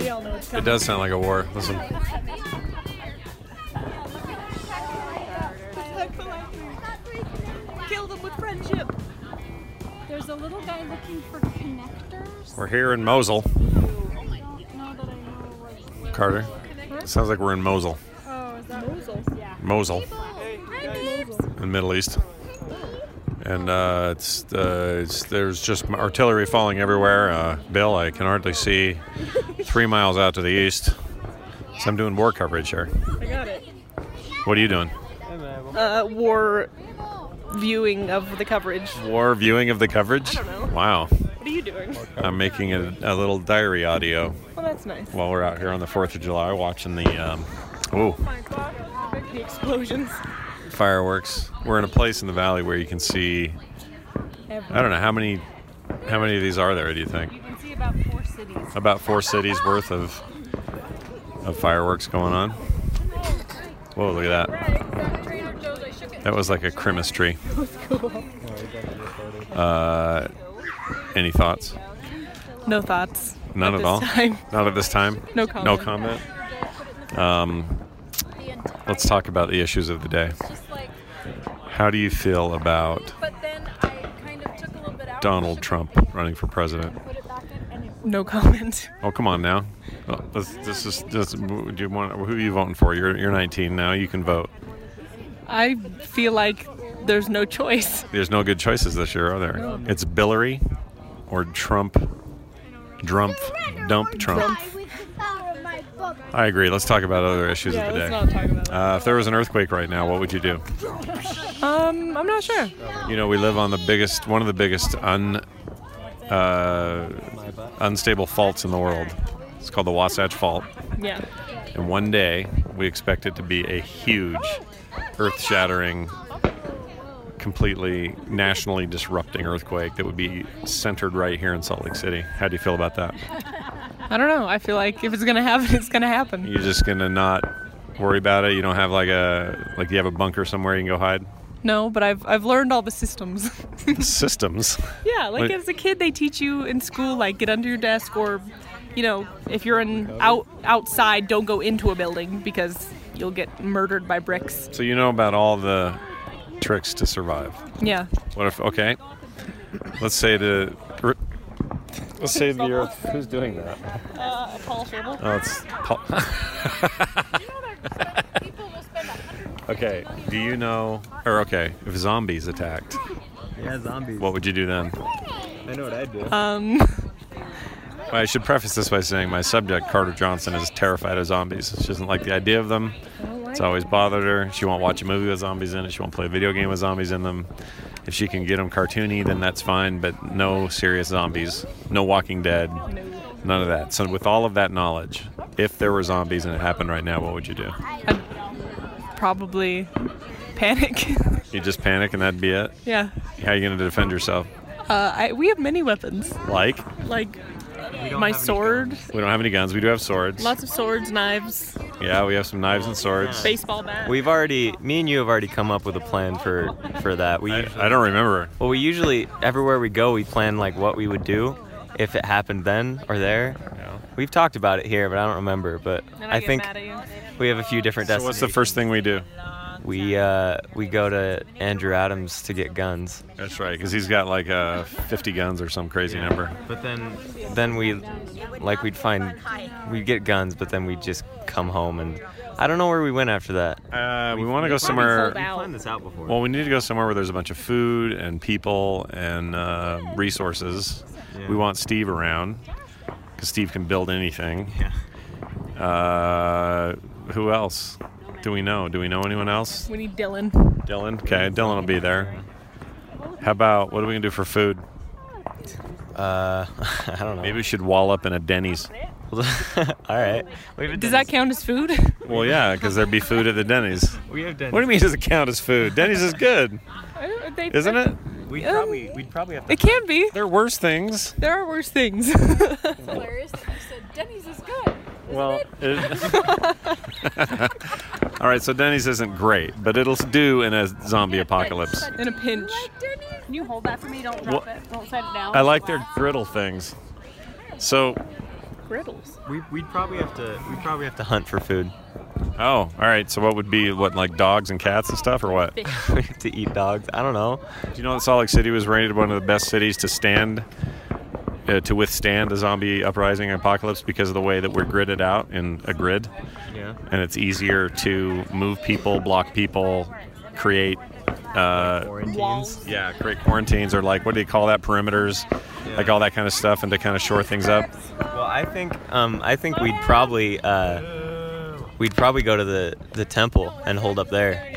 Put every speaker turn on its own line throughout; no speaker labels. sound
It does sound like a war. Listen.
Kill them with friendship.
There's a little guy looking for connectors.
We're here in Mosul.
I don't know that I know where.
Carter. It sounds like we're in Mosul.
Oh, is that
Mosul.
Yeah.
Mosul
Hi, babes.
in the Middle East. And uh, it's, uh, it's there's just artillery falling everywhere. Uh, Bill, I can hardly see three miles out to the east. So I'm doing war coverage here.
I got it.
What are you doing?
Uh, war viewing of the coverage.
War viewing of the coverage?
I don't know.
Wow.
What are you doing?
I'm making a, a little diary audio
Well, that's nice.
while we're out here on the 4th of July watching the um, ooh,
The explosions.
fireworks. We're in a place in the valley where you can see I don't know how many how many of these are there do you think?
You can see about four cities.
About 4 cities worth of of fireworks going on. Whoa, look at that. That was like a Christmas tree. Uh, any thoughts?
No thoughts.
None
at
at
this
all.
Time.
Not at this time.
No
No
comment.
comment. Um, let's talk about the issues of the day. How do you feel about Donald Trump running for president?
No comment.
Oh, come on now. Oh, This, this is this, do you want, who are you voting for? You're, you're 19 now. You can vote.
I feel like there's no choice.
There's no good choices this year, are there? It's Billary or Trump. Drump. Dump Trump. I agree. Let's talk about other issues
Yeah,
of the
let's
day.
not talk about that.
Uh, if there was an earthquake right now, what would you do?
Um, I'm not sure.
You know, we live on the biggest, one of the biggest un, uh, unstable faults in the world. It's called the Wasatch Fault.
Yeah.
And one day, we expect it to be a huge, earth shattering, completely nationally disrupting earthquake that would be centered right here in Salt Lake City. How do you feel about that?
I don't know. I feel like if it's gonna happen, it's gonna happen.
You're just going to not worry about it? You don't have like a, like, you have a bunker somewhere you can go hide?
No, but I've I've learned all the systems.
Systems.
yeah, like
Wait.
as a kid, they teach you in school, like get under your desk, or you know, if you're in out outside, don't go into a building because you'll get murdered by bricks.
So you know about all the tricks to survive.
Yeah.
What if? Okay. Let's say the. er, Let's say the Earth. Who's doing that?
Uh, Paul Sherble.
Oh, it's. okay. Do you know? Or okay, if zombies attacked,
Yeah, zombies.
what would you do then?
I know what I'd do.
Um,
Well, I should preface this by saying my subject, Carter Johnson, is terrified of zombies. She doesn't like the idea of them. It's always bothered her. She won't watch a movie with zombies in it. She won't play a video game with zombies in them. If she can get them cartoony, then that's fine, but no serious zombies, no Walking Dead, none of that. So, with all of that knowledge, if there were zombies and it happened right now, what would you do?
probably panic.
You just panic and that'd be it?
yeah.
How are you going to defend yourself?
Uh, I, we have many weapons,
Like,
like
don't
my
have any
sword,
we don't have any guns, we do have swords.
lots of swords, knives,
Yeah, we have some knives and swords.
baseball bat.
We've already, me and you have already come up with a plan for for that. We
I,
usually,
I don't remember.
well, we usually everywhere we go, we plan like what we would do if it happened then or there.
Yeah.
We've talked about it here, but I don't remember. But I, think we have a few different
So, what's the
destinations.
first thing we do?
we uh, we go to Andrew Adams to get guns.
That's right, because he's got like uh, 50 guns or some crazy number.
But then then we like we'd find we'd get guns, but then we'd just come home and I don't know where we went after that.
Uh, we want to go
sold
somewhere.
out.
planned this out before.
Well, we need to go somewhere where there's a bunch of food and people and uh, resources.
Yeah.
We want Steve around because Steve can build anything.
yeah.
Uh, who else do we know? Do we know anyone else?
We need Dylan.
Dylan? Okay, Dylan will be there. How about what are we going to do for food?
Uh, I don't know.
Maybe we should wall up in a Denny's.
All right. We have a
Oh Does that
Denny's-
count as food?
Well, yeah, because there'd be food at the Denny's.
We have
What do you mean does it count as food? Denny's is good,
I don't- they-
isn't it?
mean? We
Um,
probably we'd probably have to.
It can be.
There are worse things.
There are worse things.
Hilarious. that You said Denny's is good.
Well, all right. So Denny's isn't great, but it'll do in a zombie apocalypse.
In a pinch.
Can you hold that for me? Don't
drop
drop
Well,
it. Don't set it down.
I like their griddle things. So
griddles.
We, we'd probably have to. We probably have to hunt for food.
Oh, all right. So what would be what like dogs and cats and stuff, or what? Do
we have to eat dogs. I don't know.
you know that Salt Lake City was rated one of the best cities to stand uh, to withstand the zombie uprising and apocalypse because of the way that we're gridded out in a grid,
Yeah.
and it's easier to move people, block people, create. Uh,
Walls.
yeah, create quarantines or like what do you call that? Perimeters,
Yeah.
like all that kind of stuff, and to kind of shore things up.
Well, I think um, I
Oh,
think we'd probably uh, we'd probably go to the, the temple and hold up there.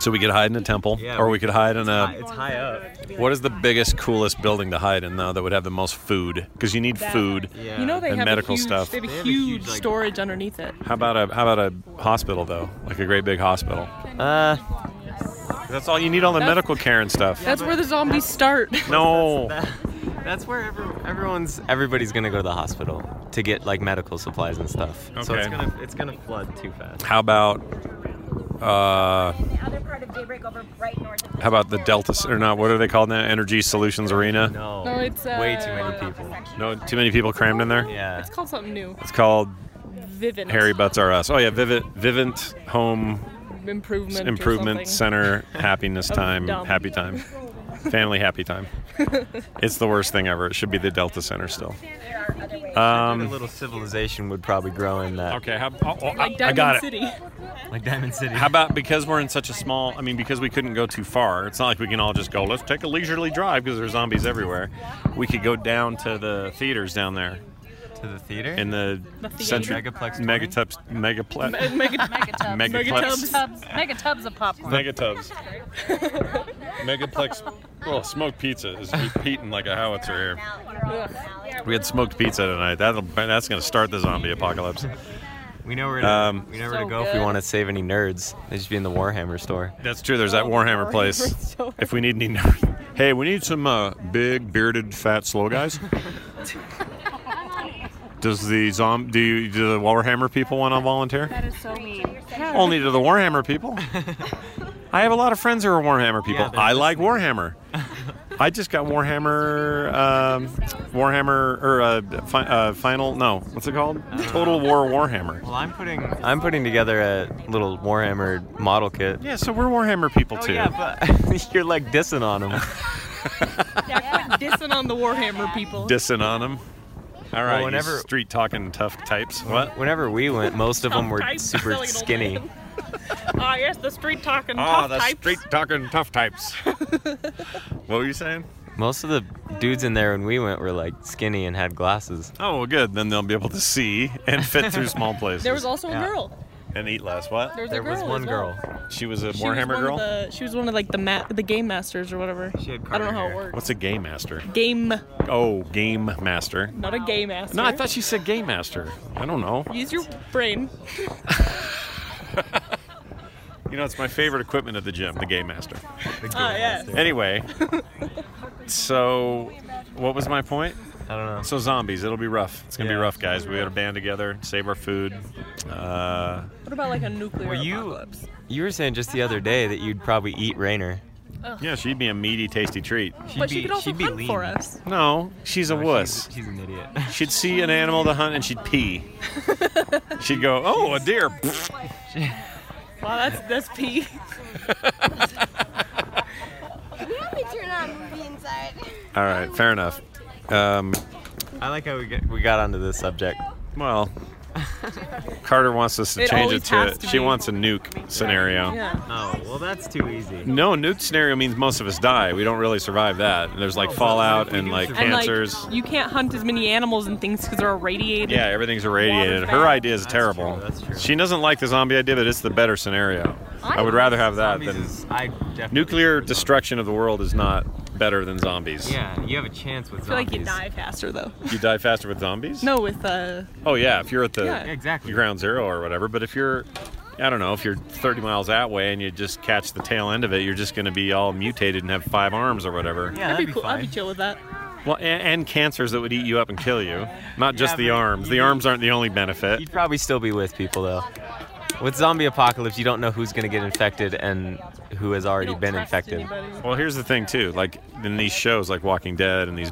So we could hide in a temple,
Yeah,
or
we-
we could hide in a.
Uh, high up.
What is the biggest, coolest building to hide in though that would have the most food? Because you need food.
Yeah.
You know they
And
have
medical
a huge,
stuff.
They have a
They have a
huge,
huge, like-
storage underneath it.
How about a how about a hospital though? Like a great big hospital.
Uh,
That's all you need all the
That's-
medical care and stuff.
That's where the zombies start.
no.
that, that's where every, everyone's everybody's gonna go to the hospital to get like medical supplies and stuff. So it's
Okay.
gonna it's gonna flood too fast.
How about uh how about the Delta s- or not? What are they called now? Energy Solutions Arena.
No.
No, it's,
way
uh,
too many people.
No, too many people crammed in there.
Yeah.
it's called something new.
It's called
Vivint.
Harry Butts R Us. Oh yeah, Vivint Vivint Home
improvement. or
Improvement
something.
Center Happiness Time
dumb.
Happy Time. Family Happy Time. it's the worst thing ever. It should be the Delta Center still.
I think a
Um,
little civilization would probably grow in that.
okay, how, oh, oh,
Like
I, I
Diamond
got it.
City.
Like Diamond City.
How about because we're in such a small? I mean, because we couldn't go too far. It's not like we can all just go. Let's take a leisurely drive because there's zombies everywhere. We could go down to the theaters down there
to the theater?
in the,
The theater.
century
Megaplex 20?
megatubs megaplex
Mega-
Megatubs.
megaplex
Tubs, mega tubs of popcorn.
megatubs megaplex. Well, smoked pizza is repeating like a howitzer here. We had smoked pizza tonight. That'll that's gonna start the zombie apocalypse.
we know where to,
Um,
we know where
So
to go if
good.
we want to save any nerds. They should be in the Warhammer store.
That's true. There's that
Oh,
Warhammer place.
store.
If we need any, hey, we need some uh, big bearded fat slow guys. Does the zom do, you, do the Warhammer people want to volunteer?
That is so mean.
Only to the Warhammer people. I have a lot of friends who are Warhammer people.
Yeah, they're
I like Warhammer. I just got Warhammer, um, Warhammer or uh, fi- uh, final no, what's it called?
Uh,
Total War Warhammer.
Well, I'm putting I'm putting together a little Warhammer model kit.
Yeah, so we're Warhammer people
Oh
too.
yeah, but you're like dissing on them.
yeah, quit dissing on the Warhammer people.
dissing on them. All right,
whenever-
street talking tough types. What?
Whenever we went, most of them were
Type
super
silly little
skinny.
man. Ah, yes, the street talking.
Ah,
tough
the
types.
street talking tough types. what were you saying?
Most of the dudes in there when we went were like skinny and had glasses.
Oh, well, good. Then they'll be able to see and fit through small places.
There was also
Yeah.
a girl.
and eat less. What?
There was
There
a girl.
was one
as well.
girl.
She was a
She was
Warhammer
one of
girl.
the- she was one of like the ma- the game masters or whatever.
She had
I don't know
Carter
how it
hair.
works.
What's a game master?
game?
Oh, game master.
Not a game master.
No, I thought she said game master. I don't know.
Use your brain.
You know, it's my favorite equipment at the gym, the game master.
Ah, yes.
Anyway, so what was my point?
I don't know.
So zombies, it'll be rough. It's gonna be
Yeah.
rough, guys. We gotta band together, save our food. Uh,
What about like a nuclear
Were you-
apocalypse?
You were saying just the other day that you'd probably eat Rainer.
yeah, she'd be a meaty, tasty treat.
She'd
But
be,
she could also
she'd be
hunt
lean.
for us.
No, she's a
No,
wuss.
She's, she's an idiot.
She'd see an animal to hunt and she'd pee. she'd go, "Oh, a deer!" Pfft.
Wow, that's that's pee.
You want me to turn on movie inside?
All right, fair enough. Um,
I like how we get, we got onto this subject.
well, Carter wants us to
It
change
always
it to,
has to
she
be.
wants a nuke scenario.
Yeah.
Oh well, that's too easy.
No, nuke scenario means most of us die. We don't really survive that. And there's like fallout and like
And,
Oh, And
cancers.
like you can't hunt as many animals and things because they're irradiated.
yeah, everything's irradiated.
Water's
Her
bad.
idea is
That's
terrible.
true, that's true.
She doesn't like the zombie idea, but it's the better scenario. I, would rather have that
Zombies
than
is- I definitely
nuclear
prefer zombies.
destruction of the world is not better than zombies.
Yeah, you have a chance with
I feel
zombies.
like you die faster though.
You die faster with zombies?
No, with uh,
Oh yeah, if you're at the
Yeah.
Yeah, exactly.
ground zero or whatever. But if you're, I don't know, if you're 30 miles that way and you just catch the tail end of it, you're just going to be all mutated and have five arms or whatever.
I'd
Yeah, that'd
be
be
cool. I'd be
fine.
chill with that.
Well, and, and cancers that would eat you up and kill you. Not just
Yeah,
the
but
arms.
you
The
do-
arms aren't the only benefit.
You'd probably still be with people though. With zombie apocalypse, you don't know who's gonna get infected and who has already
You don't
been
trust
infected. Mm.
anybody.
Well, here's the thing too. Like in these shows, like Walking Dead and these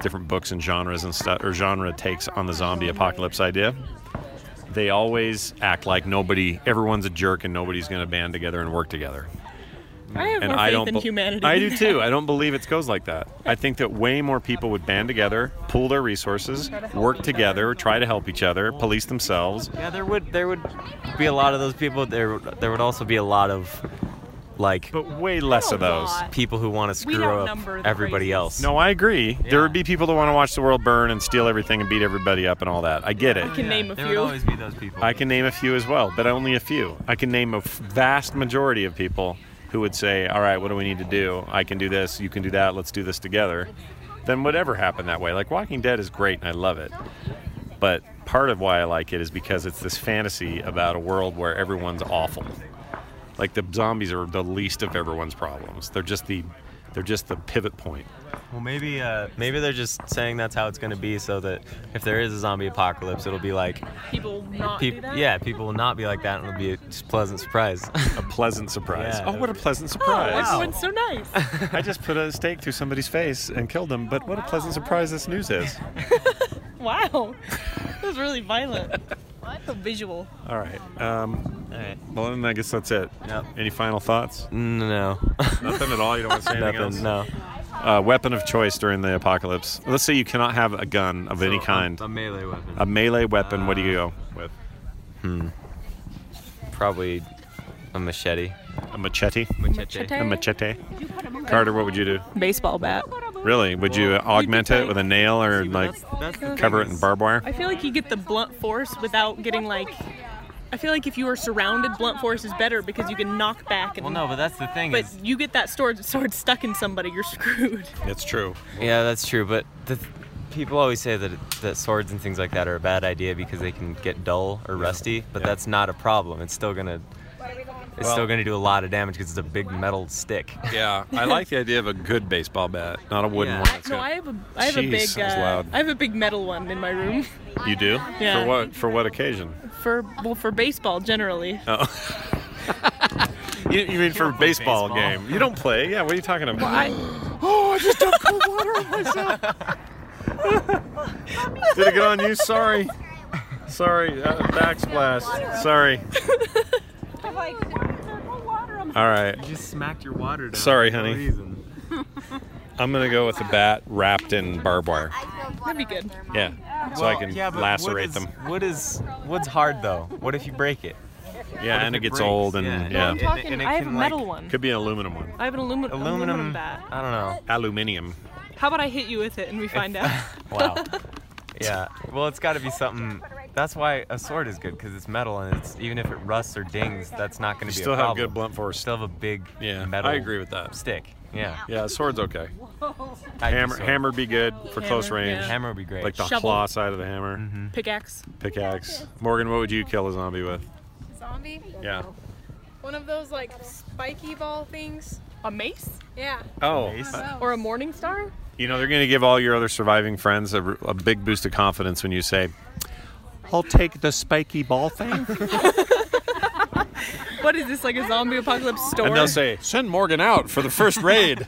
different books and genres and stuff, or genre takes on the zombie apocalypse idea. They always act like nobody, everyone's a jerk, and nobody's going to band together and work together.
I have
and
more
I
faith
don't.
in
bel-
humanity.
I do too. I don't believe it goes like that. I think that way more people would band together, pool their resources, work together, try to help each other, police themselves.
Yeah, there would there would be a lot of those people. There there would also be a lot of like
But way less of
Not a
those.
lot.
people who want to screw up
outnumber the
everybody
crazies.
else.
No, I agree. There would be people that want to watch the world burn and steal everything and beat everybody up and all that. I get it.
can name a
there
few.
would always be those people.
I can name a few as well, but only a few. I can name a f- vast majority of people who would say, "All right, what do we need to do? I can do this. You can do that. Let's do this together." Then whatever happened that way. Like Walking Dead is great and I love it. But part of why I like it is because it's this fantasy about a world where everyone's awful. Like the zombies are the least of everyone's problems. They're just the they're just the pivot point.
Well, maybe uh, maybe they're just saying that's how it's going to be, so that if there is a zombie apocalypse, it'll be like,
people not
peop
do that?
yeah, people will not be like that, and it'll be a just pleasant surprise.
A pleasant surprise.
Yeah,
oh,
that
what a
would be-
pleasant
Oh,
surprise.
everyone's so nice.
I just put a stake through somebody's face and killed them, but what a pleasant surprise this news is.
wow, that was really violent. So visual.
All right. Um,
All right.
well, then I guess that's it.
Yep.
Any final thoughts?
No,
Nothing at all. You don't want to say
nothing. No.
Uh, weapon of choice during the apocalypse. Let's say you cannot have a gun of any kind.
A melee weapon.
A melee weapon. what do you go with?
Probably a machete.
A machete.
Machete.
A machete. Carter, what would you do?
Baseball bat.
Really? Would you augment it with a nail or like cover it in barbed wire?
I feel like you get the blunt force without getting like. I feel like if you are surrounded, blunt force is better because you can knock back. And,
Well, no, but that's the thing
But
is,
you get that sword sword stuck in somebody, you're screwed.
It's true.
yeah, that's true. But the, people always say that that swords and things like that are a bad idea because they can get dull or rusty. But
Yeah.
that's not a problem. It's still gonna. It's still going to do a lot of damage because it's a big metal stick.
Yeah, I like the idea of a good baseball bat, not a wooden
Yeah.
one.
I-
that's
No,
got-
I have a I have
Jeez,
a big
that was
uh,
loud.
I have a big metal one in my room
You do?
Yeah.
For what? For what occasion?
for well for baseball generally.
Oh. You, you mean for a baseball,
baseball.
game? You don't play? Yeah. What are you talking about?
I
oh, I just dumped cold water on myself. Did it get on you? Sorry. Sorry. Uh, backsplash. Sorry.
I'm like, there's no water. I'm
All right.
You just smacked your water down.
Sorry, for no honey. I'm gonna go with a bat wrapped in barbed wire.
that'd be good.
Yeah. So I can lacerate them.
What is what's hard though? What if you break it?
Yeah, and it gets old and yeah.
I'm talking. I have a metal one.
Could be an aluminum one.
I have an aluminum
Aluminum.
aluminum bat.
I don't know.
Aluminium.
How about I hit you with it and we find out?
Wow. yeah. Well, it's got to be something. That's why a sword is good because it's metal and it's even if it rusts or dings, that's not going
You
to be
still
a
have
problem.
good blunt force.
Still have a big
Yeah,
metal.
I agree with that.
Stick. Yeah.
Yeah, sword's okay.
I'd do
Hammer,
sword.
hammer be good for close
Hammer,
range.
yeah.
Hammer would be great.
Like the
Shovel.
claw side of the hammer,
Pickaxe.
pickaxe. Morgan, what would you kill a zombie with?
Zombie?
Yeah.
One of those like spiky ball things?
A mace
Yeah.
Oh,
Mace.
uh,
or a morning star?
you know they're going to give all your other surviving friends a, a big boost of confidence when you say, "I'll take the spiky ball thing,"
What is this like a zombie apocalypse store?
and they'll say, "Send Morgan out for the first raid.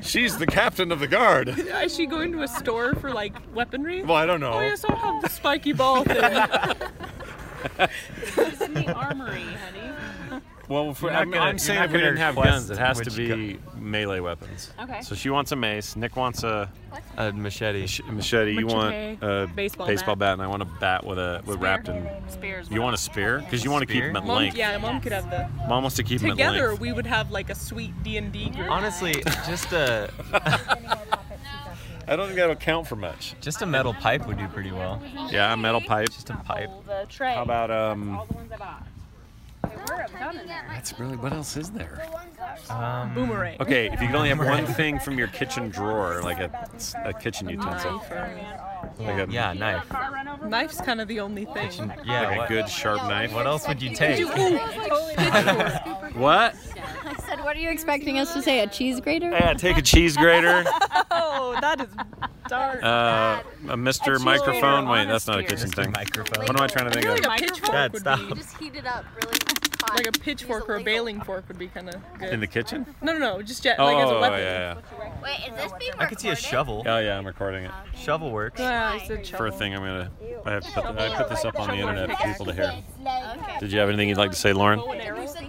She's the captain of the guard."
Is she going to a store for like weaponry?
Well, I don't know.
Oh yes, I'll have the spiky ball thing.
It's in the armory, honey.
Well, if we-
You're not
I'm,
gonna-
I'm
you're
saying
not
if we
gonna
didn't have
request
guns, it has to
which
be melee weapons.
Okay.
So she wants a mace. Nick wants a
A machete.
sh- machete. You want
Machete.
a
Baseball
bat. and I want a bat with a with wrapped in.
Spears.
You want a spear? Because you want to keep
Spear?
them at
Mom,
length.
yeah, mom could have the.
Mom wants to keep them at
Together,
length.
we would have like a sweet D and D group.
Honestly, just a
I don't think that'll count for much.
just a metal pipe would do pretty well.
Yeah, a metal pipe.
Just a pipe.
the tray.
How about um?
all the ones I bought? They were done in there.
That's really what else is there?
Um,
boomerang.
Okay, if you could only have one thing from your kitchen drawer, like a, a kitchen utensil, like a,
Yeah, knife.
Car run over.
Knife's kind of the only thing.
Yeah.
like a
what,
good sharp knife.
What else would you take?
oh,
What?
I said, what are you expecting us to say? A cheese grater?
Yeah, take a cheese grater.
Oh, that is dark.
Uh, a Mr. microphone. Wait, that's not a kitchen
Just a
thing.
microphone.
What am I trying to think
I feel
of?
like a pitchfork
Dad,
would
stop.
be.
Just heat it up really
on.
like a pitchfork or a baling fork would be kind of good.
In the kitchen?
no, no, no, just jet,
Oh,
like as a
yeah,
weapon.
yeah.
Wait, is this being recorded?
I could see a shovel.
Oh, yeah, I'm recording it.
Shovel works.
Yeah, Uh, I said
For a
shovel.
thing, I'm going to. I have to put, th- I put this up on the internet for people to hear.
Okay.
Did you have anything you'd like to say, Lauren?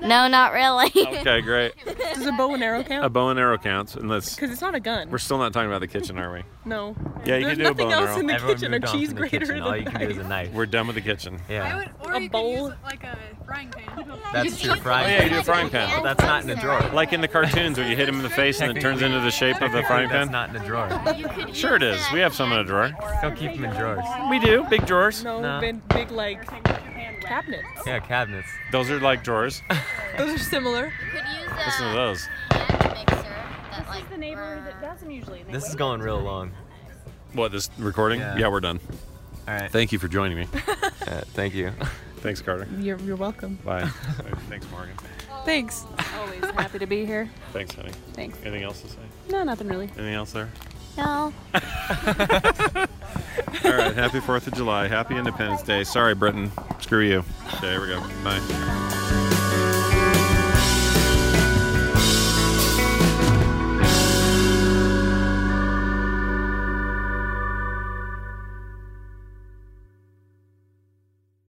No, not really.
Okay, great.
Does a bow and arrow
A
count?
bow and arrow counts, unless.
Because it's not a gun.
We're still not talking about the kitchen, are we?
no.
Yeah, you
There's
can do a bow
nothing
and
else
arrow.
in the
Everyone
kitchen. A
moved on
cheese
from the
grater
kitchen.
than
All you can do is a knife.
We're done with the kitchen.
Yeah.
or A you could bowl. use,
like a frying pan.
That's true. Frying.
Oh, yeah, you do a frying pan.
But that's not in a drawer.
Like in the cartoons where you hit him in the face and it turns into the shape of the frying
That's
pan?
not in a drawer.
Sure it is. We have some in a drawer.
Don't keep them in drawers.
We do. Big drawers.
No,
No.
Big, big like cabinets.
Yeah, cabinets.
Those are like drawers.
Those are similar.
You could use
Listen to
a
those.
hand mixer that like.
This is the neighbor that
brrr.
does them usually. and they
This is
wait.
going real long.
What, this recording?
Yeah.
Yeah, we're done.
All right.
Thank you for joining me.
Uh, thank you.
Thanks, Carter.
You're, you're welcome.
Bye. Thanks, Morgan.
Thanks.
Always happy to be here.
Thanks, honey.
Thanks.
Anything else to say?
No, nothing really.
Anything else there?
No.
All right. Happy 4th of July. Happy Independence Day. Sorry, Britain. Screw you. There we go. Bye.